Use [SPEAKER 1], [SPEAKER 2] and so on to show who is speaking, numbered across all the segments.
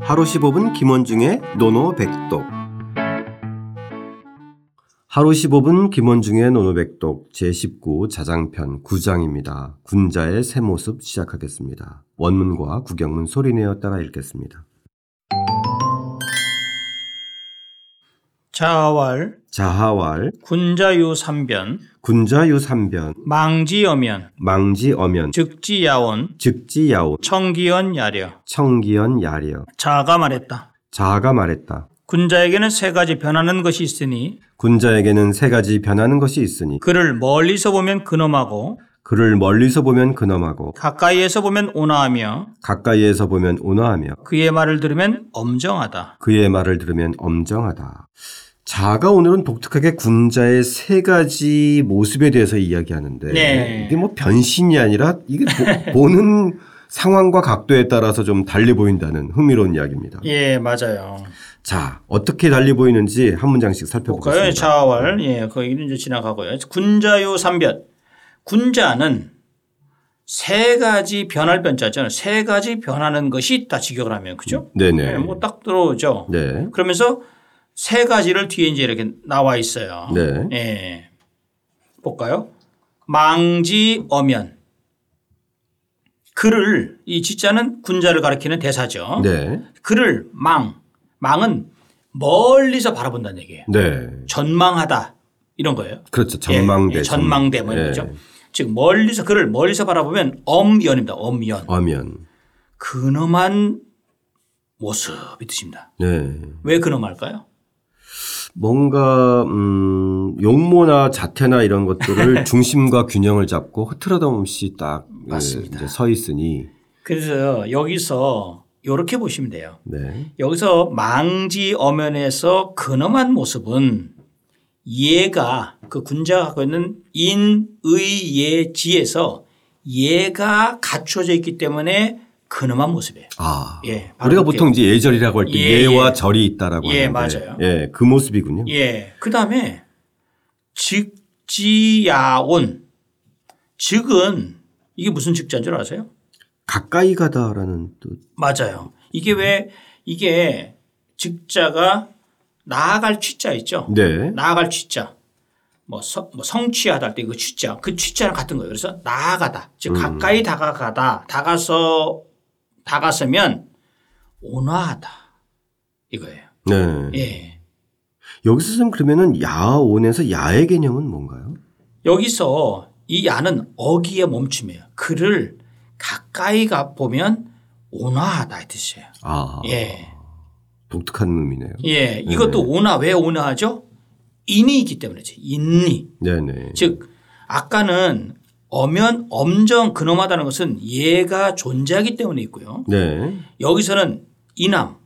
[SPEAKER 1] 하루 15분 김원중의 노노백독 하루 15분 김원중의 노노백독 제19 자장편 9장입니다. 군자의 새 모습 시작하겠습니다. 원문과 구경문 소리내어 따라 읽겠습니다.
[SPEAKER 2] 자왈
[SPEAKER 1] 자하왈
[SPEAKER 2] 군자유 삼변
[SPEAKER 1] 군자유삼변
[SPEAKER 2] 망지여면
[SPEAKER 1] 망지어면
[SPEAKER 2] 즉지야원
[SPEAKER 1] 즉지야오
[SPEAKER 2] 청기연 야려
[SPEAKER 1] 청기연 야리어
[SPEAKER 2] 자가 말했다.
[SPEAKER 1] 자아가 말했다.
[SPEAKER 2] 군자에게는 세 가지 변하는 것이 있으니
[SPEAKER 1] 군자에게는 세 가지 변하는 것이 있으니
[SPEAKER 2] 그를 멀리서 보면 근엄하고
[SPEAKER 1] 그를 멀리서 보면 근엄하고
[SPEAKER 2] 가까이에서 보면 온화하며
[SPEAKER 1] 가까이에서 보면 온화하며
[SPEAKER 2] 그의 말을 들으면 엄정하다.
[SPEAKER 1] 그의 말을 들으면 엄정하다. 자가 오늘은 독특하게 군자의 세 가지 모습에 대해서 이야기하는데
[SPEAKER 2] 네.
[SPEAKER 1] 이게 뭐 변신이 아니라 이게 보, 는 상황과 각도에 따라서 좀 달리 보인다는 흥미로운 이야기입니다.
[SPEAKER 2] 예, 맞아요.
[SPEAKER 1] 자, 어떻게 달리 보이는지 한 문장씩
[SPEAKER 2] 볼까요?
[SPEAKER 1] 살펴보겠습니다.
[SPEAKER 2] 자왈. 예, 거기는 이제 지나가고요. 군자요 삼변. 군자는 세 가지 변할 변자잖아요. 세 가지 변하는 것이 있다 직역을 하면 그죠?
[SPEAKER 1] 네네.
[SPEAKER 2] 뭐 딱 들어오죠.
[SPEAKER 1] 네.
[SPEAKER 2] 그러면서 세 가지를 뒤에 이제 이렇게 나와 있어요.
[SPEAKER 1] 네.
[SPEAKER 2] 예. 볼까요? 망지 어면. 그를 이 지자는 군자를 가리키는 대사죠.
[SPEAKER 1] 네.
[SPEAKER 2] 그를 망. 망은 멀리서 바라본다는 얘기예요.
[SPEAKER 1] 네.
[SPEAKER 2] 전망하다 이런 거예요.
[SPEAKER 1] 그렇죠.
[SPEAKER 2] 예,
[SPEAKER 1] 전망대.
[SPEAKER 2] 예, 전망대 뭐 이런
[SPEAKER 1] 예.
[SPEAKER 2] 거죠. 즉 멀리서 그를 멀리서 바라보면 엄연입니다. 엄연.
[SPEAKER 1] 어면.
[SPEAKER 2] 근엄한 모습이 뜻입니다.
[SPEAKER 1] 네.
[SPEAKER 2] 왜 근엄할까요?
[SPEAKER 1] 뭔가 음, 용모나 자태나 이런 것들을 중심과 균형을 잡고 흐트러짐 없이 딱 예,
[SPEAKER 2] 맞습니다.
[SPEAKER 1] 이제 서 있으니
[SPEAKER 2] 그래서 여기서 이렇게 보시면 돼요.
[SPEAKER 1] 네.
[SPEAKER 2] 여기서 망지 어면에서 근엄한 모습은 예가 그 군자가 갖고 있는 인의예지에서 예가 갖춰져 있기 때문에 근엄한 모습이에요.
[SPEAKER 1] 아
[SPEAKER 2] 예, 바로
[SPEAKER 1] 우리가
[SPEAKER 2] 이렇게.
[SPEAKER 1] 보통 이제 예절이라고 할 때
[SPEAKER 2] 예,
[SPEAKER 1] 예, 와
[SPEAKER 2] 예.
[SPEAKER 1] 절이 있다라고
[SPEAKER 2] 예,
[SPEAKER 1] 하는데
[SPEAKER 2] 맞아요.
[SPEAKER 1] 예, 그 모습이군요.
[SPEAKER 2] 예. 그 다음에 즉지야온. 즉은 이게 무슨 즉자인 줄 아세요?
[SPEAKER 1] 가까이 가다라는 뜻.
[SPEAKER 2] 맞아요. 이게 왜 이게 즉자가 나아갈 취자 있죠.
[SPEAKER 1] 네.
[SPEAKER 2] 나아갈 취자. 뭐, 성, 뭐 성취하다 할 때 그 취자. 그 취자랑 같은 거예요. 그래서 나아가다. 즉 가까이 다가가다. 다가서 다가서면 온화하다. 이거예요.
[SPEAKER 1] 네.
[SPEAKER 2] 예.
[SPEAKER 1] 여기서 좀 그러면은 야온에서 야의 개념은 뭔가요?
[SPEAKER 2] 여기서 이 야는 어기의 멈춤이에요. 그를 가까이 가 보면 온화하다 이 뜻이에요.
[SPEAKER 1] 아
[SPEAKER 2] 예.
[SPEAKER 1] 독특한 의미네요.
[SPEAKER 2] 예. 이것도 온화 왜 온화하죠? 인이 있기 때문이지. 인이.
[SPEAKER 1] 네네.
[SPEAKER 2] 즉 아까는 엄연 엄정 근엄하다는 것은 예가 존재하기 때문에 있고요.
[SPEAKER 1] 네.
[SPEAKER 2] 여기서는 이남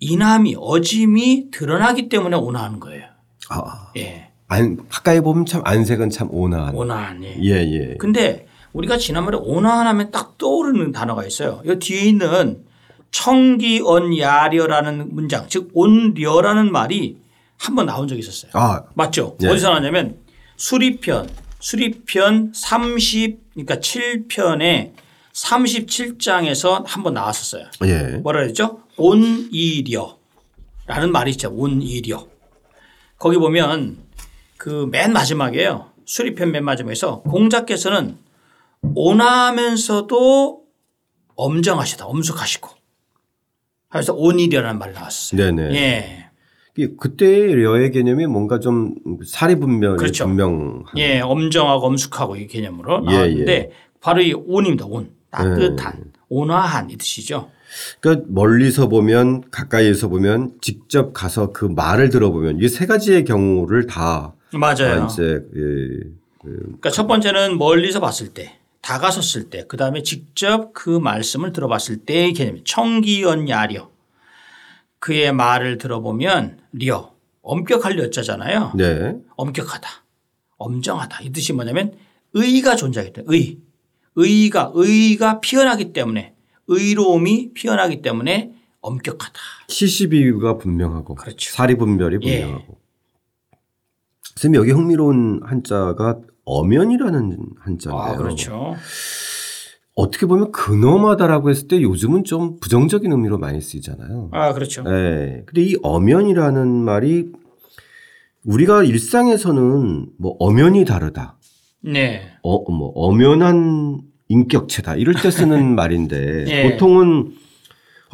[SPEAKER 2] 이남이 어짐이 드러나기 때문에 온화한 거예요.
[SPEAKER 1] 아
[SPEAKER 2] 예.
[SPEAKER 1] 안, 가까이 보면 참 안색은 참 온화한.
[SPEAKER 2] 온화한 예.
[SPEAKER 1] 예 예.
[SPEAKER 2] 근데 우리가 지난번에 온화하면 딱 떠오르는 단어가 있어요. 이 뒤에 있는 청기언야려라는 문장, 즉 온려라는 말이 한 번 나온 적이 있었어요.
[SPEAKER 1] 아
[SPEAKER 2] 맞죠?
[SPEAKER 1] 네.
[SPEAKER 2] 어디서 나왔냐면 수리편, 수리편 30, 그러니까 7편에 37장에서 한 번 나왔었어요.
[SPEAKER 1] 예.
[SPEAKER 2] 뭐라 그랬죠? 온이려라는 말이 있죠. 온이려. 거기 보면 그 맨 마지막이에요. 수리편 맨 마지막에서 공자께서는 온하면서도 엄정하시다. 엄숙하시고. 그래서 온이려라는 말이 나왔어요.
[SPEAKER 1] 네네.
[SPEAKER 2] 예.
[SPEAKER 1] 이- 그때의 려의 개념이 뭔가 좀 사리분명이
[SPEAKER 2] 그렇죠.
[SPEAKER 1] 분명.
[SPEAKER 2] 예, 엄정하고 엄숙하고 이 개념으로
[SPEAKER 1] 음. 예,
[SPEAKER 2] 나왔는데 바로 이 온입니다. 온. 따뜻한, 온화한 이 뜻이죠.
[SPEAKER 1] 그러니까 멀리서 보면 가까이에서 보면 직접 가서 그 말을 들어보면 이 세 가지의 경우를 다
[SPEAKER 2] 맞아요.
[SPEAKER 1] 이제 예,
[SPEAKER 2] 그러니까 첫 번째는 멀리서 봤을 때, 다가섰을 때, 그 다음에 직접 그 말씀을 들어봤을 때의 개념. 청기연 야려. 그의 말을 들어보면 려. 엄격할 여자잖아요.
[SPEAKER 1] 네.
[SPEAKER 2] 엄격하다. 엄정하다. 이 뜻이 뭐냐면 의가 존재하기 때문에 의. 의가, 의가 피어나기 때문에 의로움이 피어나기 때문에 엄격하다.
[SPEAKER 1] 시시비유가 분명하고
[SPEAKER 2] 그렇죠.
[SPEAKER 1] 사리분별이
[SPEAKER 2] 예.
[SPEAKER 1] 분명하고. 선생님 여기 흥미로운 한자가 엄연이라는 한자인데요.
[SPEAKER 2] 그렇죠. 아, 그렇죠.
[SPEAKER 1] 어떻게 보면 근엄하다라고 했을 때 요즘은 좀 부정적인 의미로 많이 쓰이잖아요.
[SPEAKER 2] 아 그렇죠.
[SPEAKER 1] 네. 근데 이 엄연이라는 말이 우리가 일상에서는 뭐 엄연히 다르다.
[SPEAKER 2] 네.
[SPEAKER 1] 어, 뭐 엄연한 인격체다. 이럴 때 쓰는 말인데
[SPEAKER 2] 예.
[SPEAKER 1] 보통은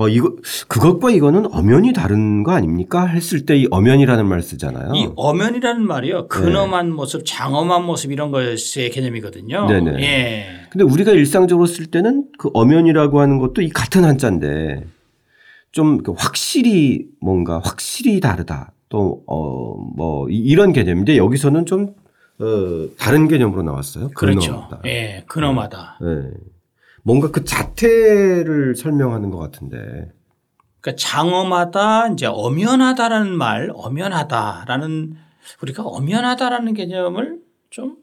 [SPEAKER 1] 어 이거 그것과 이거는 엄연히 다른 거 아닙니까? 했을 때 이 엄연이라는 말 쓰잖아요. 네.
[SPEAKER 2] 이 엄연이라는 말이요. 근엄한 모습, 장엄한 모습 이런 것의 개념이거든요.
[SPEAKER 1] 네네.
[SPEAKER 2] 예.
[SPEAKER 1] 근데 우리가 일상적으로 쓸 때는 그 엄연이라고 하는 것도 이 같은 한자인데 좀그 확실히 뭔가 확실히 다르다 또 어 뭐 이런 개념인데 여기서는 좀 어, 다른 개념으로 나왔어요.
[SPEAKER 2] 그렇죠.
[SPEAKER 1] 근엄하다.
[SPEAKER 2] 예. 근엄하다.
[SPEAKER 1] 예. 뭔가 그 자태를 설명하는 것 같은데
[SPEAKER 2] 그러니까 장엄하다, 이제 엄연하다라는 말, 엄연하다라는 우리가 엄연하다라는 개념을 좀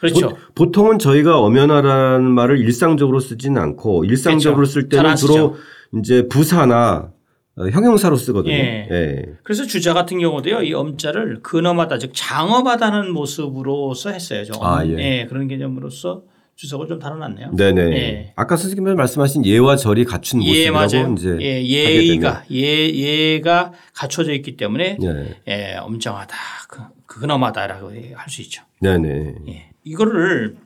[SPEAKER 2] 그렇죠.
[SPEAKER 1] 보, 통은 저희가 엄연하다는 말을 일상적으로 쓰진 않고 일상적으로 쓸
[SPEAKER 2] 그렇죠. 잘안
[SPEAKER 1] 때는
[SPEAKER 2] 쓰죠.
[SPEAKER 1] 주로 이제 부사나 어, 형용사로 쓰거든요.
[SPEAKER 2] 예.
[SPEAKER 1] 예.
[SPEAKER 2] 그래서 주자 같은 경우도요 이 엄자를 근엄하다 즉 장엄하다는 모습으로서 했어요. 좀.
[SPEAKER 1] 아, 예.
[SPEAKER 2] 그런 개념으로서 주석을 좀 다뤄놨네요.
[SPEAKER 1] 네네.
[SPEAKER 2] 예.
[SPEAKER 1] 아까 선생님께서 말씀하신 예와 절이 갖춘
[SPEAKER 2] 예
[SPEAKER 1] 모습이라고
[SPEAKER 2] 맞아요.
[SPEAKER 1] 이제
[SPEAKER 2] 예,
[SPEAKER 1] 하게
[SPEAKER 2] 예의가 예 예가 갖춰져 있기 때문에
[SPEAKER 1] 되면. 예.
[SPEAKER 2] 예, 엄정하다 그- 근엄하다라고 할 수 있죠.
[SPEAKER 1] 네네.
[SPEAKER 2] 예. 이거를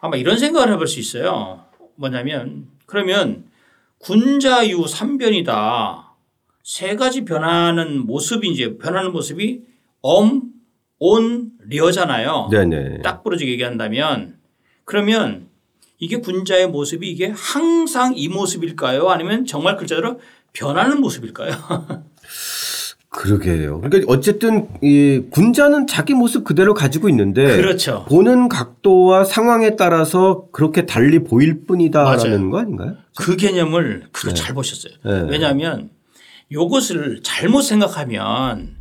[SPEAKER 2] 아마 이런 생각을 해볼 수 있어요. 뭐냐면 그러면 군자유 삼변이다. 세 가지 변하는 모습이 이제 변하는 모습이 엄, 온, 리어잖아요.
[SPEAKER 1] 네네.
[SPEAKER 2] 딱 부러지게 얘기한다면 그러면 이게 군자의 모습이 이게 항상 이 모습일까요? 아니면 정말 글자대로 변하는 모습일까요?
[SPEAKER 1] 그러게요. 그러니까 어쨌든 이 군자는 자기 모습 그대로 가지고 있는데
[SPEAKER 2] 그렇죠.
[SPEAKER 1] 보는 각도와 상황에 따라서 그렇게 달리 보일 뿐이다라는 거 아닌가요?
[SPEAKER 2] 그 개념을 그거 잘 보셨어요.
[SPEAKER 1] 네.
[SPEAKER 2] 왜냐하면 요것을 잘못 생각하면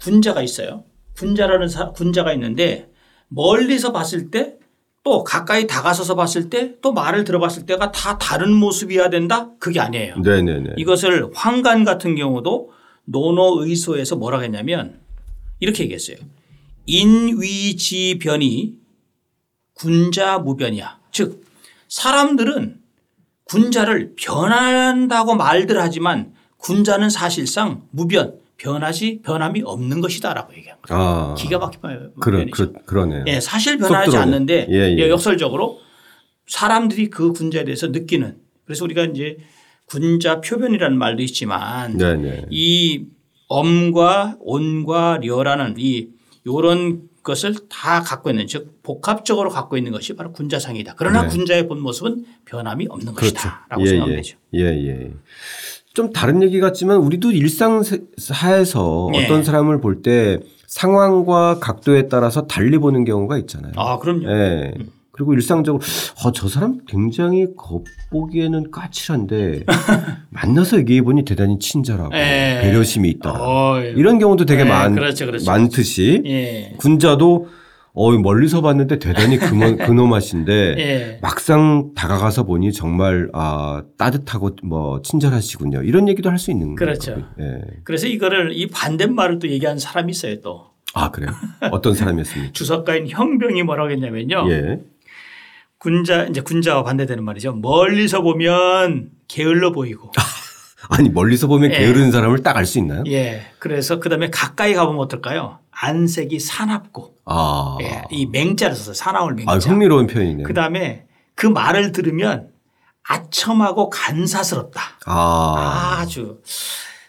[SPEAKER 2] 군자가 있어요. 군자라는 사- 군자가 있는데 멀리서 봤을 때 또 가까이 다가서서 봤을 때 또 말을 들어봤을 때가 다 다른 모습이어야 된다? 그게 아니에요.
[SPEAKER 1] 네네네.
[SPEAKER 2] 이것을 황간 같은 경우도 노노의소에서 뭐라고 했냐면 이렇게 얘기했어요. 인위지변이 군자무변이야. 즉 사람들은 군자를 변한다고 말들 하지만 군자는 사실상 무변, 변하지 변함이 없는 것이다라고 얘기합니다.
[SPEAKER 1] 아.
[SPEAKER 2] 기가 막힌 말-
[SPEAKER 1] 그러,
[SPEAKER 2] 말이죠.
[SPEAKER 1] 그러, 그러네요.
[SPEAKER 2] 예, 사실
[SPEAKER 1] 쏙
[SPEAKER 2] 변하지
[SPEAKER 1] 들어오네.
[SPEAKER 2] 않는데
[SPEAKER 1] 예, 예.
[SPEAKER 2] 예, 역설적으로 사람들이 그 군자에 대해서 느끼는 그래서 우리가 이제 군자 표변이라는 말도 있지만
[SPEAKER 1] 네네.
[SPEAKER 2] 이 엄과 온과 려라는 이 요런 것을 다 갖고 있는 즉 복합적으로 갖고 있는 것이 바로 군자상이다. 그러나 군자의 본 모습은 변함이 없는 것이다라고 생각하면 되죠.
[SPEAKER 1] 네. 그렇죠. 예, 예. 좀 다른 얘기 같지만 우리도 일상사에서
[SPEAKER 2] 예.
[SPEAKER 1] 어떤 사람을 볼 때 상황과 각도에 따라서 달리 보는 경우가 있잖아요.
[SPEAKER 2] 아 그럼요.
[SPEAKER 1] 예. 그리고 일상적으로 어, 저 사람 굉장히 겉보기에는 까칠한데 만나서 얘기해 보니 대단히 친절하고
[SPEAKER 2] 예.
[SPEAKER 1] 배려심이 있다.
[SPEAKER 2] 어이.
[SPEAKER 1] 이런 경우도 되게
[SPEAKER 2] 예,
[SPEAKER 1] 많,
[SPEAKER 2] 그렇죠, 그렇죠.
[SPEAKER 1] 많듯이
[SPEAKER 2] 예.
[SPEAKER 1] 군자도 어, 멀리서 봤는데 대단히 근엄, 근엄하신데
[SPEAKER 2] 예.
[SPEAKER 1] 막상 다가가서 보니 정말 아, 따뜻하고 뭐 친절하시군요. 이런 얘기도 할 수 있는
[SPEAKER 2] 그렇죠.
[SPEAKER 1] 거고요. 예.
[SPEAKER 2] 그래서 이거를 이 반대말을 또 얘기한 사람이 있어요 또.
[SPEAKER 1] 아 그래요? 어떤 사람이었습니까?
[SPEAKER 2] 주석가인 형병이 뭐라고 했냐면요.
[SPEAKER 1] 예.
[SPEAKER 2] 군자 이제 군자와 반대되는 말이죠. 멀리서 보면 게을러 보이고.
[SPEAKER 1] 아니 멀리서 보면
[SPEAKER 2] 예.
[SPEAKER 1] 게으른 사람을 딱 알 수 있나요?
[SPEAKER 2] 예. 그래서 그다음에 가까이 가보면 어떨까요? 안색이 사납고.
[SPEAKER 1] 아,
[SPEAKER 2] 예. 이 맹자를 써서 사나울
[SPEAKER 1] 아
[SPEAKER 2] 맹자.
[SPEAKER 1] 흥미로운 표현이네요.
[SPEAKER 2] 그다음에 그 말을 들으면 아첨하고 간사스럽다.
[SPEAKER 1] 아,
[SPEAKER 2] 아주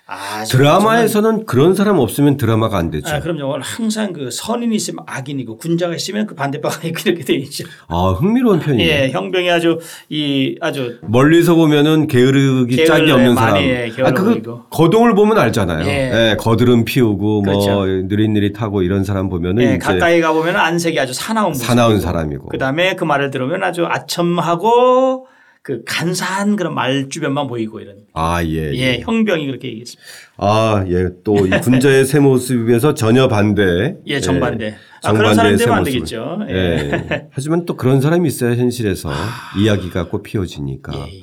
[SPEAKER 2] 아주
[SPEAKER 1] 드라마에서는 그렇죠. 그런 사람 없으면 드라마가 안 되죠.
[SPEAKER 2] 저는- 아, 그럼요. 항상 그 선인이 있으면 악인이고 군자가 있으면 그 반대파가 이렇게 돼 있죠.
[SPEAKER 1] 아 흥미로운 표현이네요.
[SPEAKER 2] 예, 형병이 아주 이 아주
[SPEAKER 1] 멀리서 보면은 게으르기 짝이
[SPEAKER 2] 게을러요.
[SPEAKER 1] 없는 사람.
[SPEAKER 2] 많이, 예, 게을러
[SPEAKER 1] 아, 그거
[SPEAKER 2] 보이고.
[SPEAKER 1] 거동을 보면 알잖아요.
[SPEAKER 2] 예.
[SPEAKER 1] 예. 거드름 피우고 뭐
[SPEAKER 2] 그렇죠.
[SPEAKER 1] 느릿느릿하고 이런 사람 보면은
[SPEAKER 2] 예,
[SPEAKER 1] 네, 이제
[SPEAKER 2] 가까이 가보면 안색이 아주 사나운 모습.
[SPEAKER 1] 사나운 사람이고.
[SPEAKER 2] 그다음에 그 말을 들으면 아주 아첨하고 그 간사한 그런 말 주변만 보이고 이런.
[SPEAKER 1] 아, 예. 예.
[SPEAKER 2] 예, 형병이 그렇게 얘기했습니다.
[SPEAKER 1] 아, 예. 또 이 군자의 새 모습에서 전혀 반대.
[SPEAKER 2] 예, 정반대. 아,
[SPEAKER 1] 정반대의
[SPEAKER 2] 그런 사람 되면 안
[SPEAKER 1] 새 모습을.
[SPEAKER 2] 되겠죠. 예.
[SPEAKER 1] 예. 하지만 또 그런 사람이 있어야 현실에서 이야기가 꽃 피어지니까.
[SPEAKER 2] 예.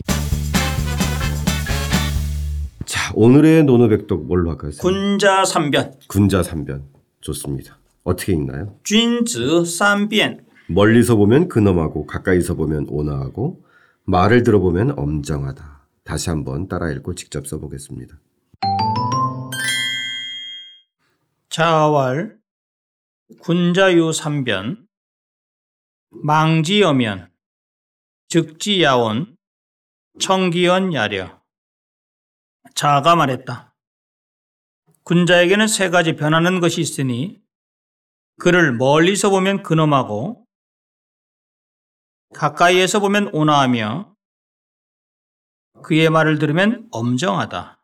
[SPEAKER 1] 자, 오늘의 노노백독 뭘로 할까요? 선생님?
[SPEAKER 2] 군자 삼변,
[SPEAKER 1] 군자 삼변 좋습니다. 어떻게 읽나요?
[SPEAKER 2] 쥔즈 삼변,
[SPEAKER 1] 멀리서 보면 근엄하고 가까이서 보면 온화하고 말을 들어보면 엄정하다. 다시 한번 따라 읽고 직접 써보겠습니다.
[SPEAKER 2] 자왈, 군자유 삼변, 망지여면, 즉지야원, 청기연 야려. 자가 말했다. 군자에게는 세 가지 변하는 것이 있으니 그를 멀리서 보면 근엄하고 가까이에서 보면 온화하며 그의 말을 들으면 엄정하다.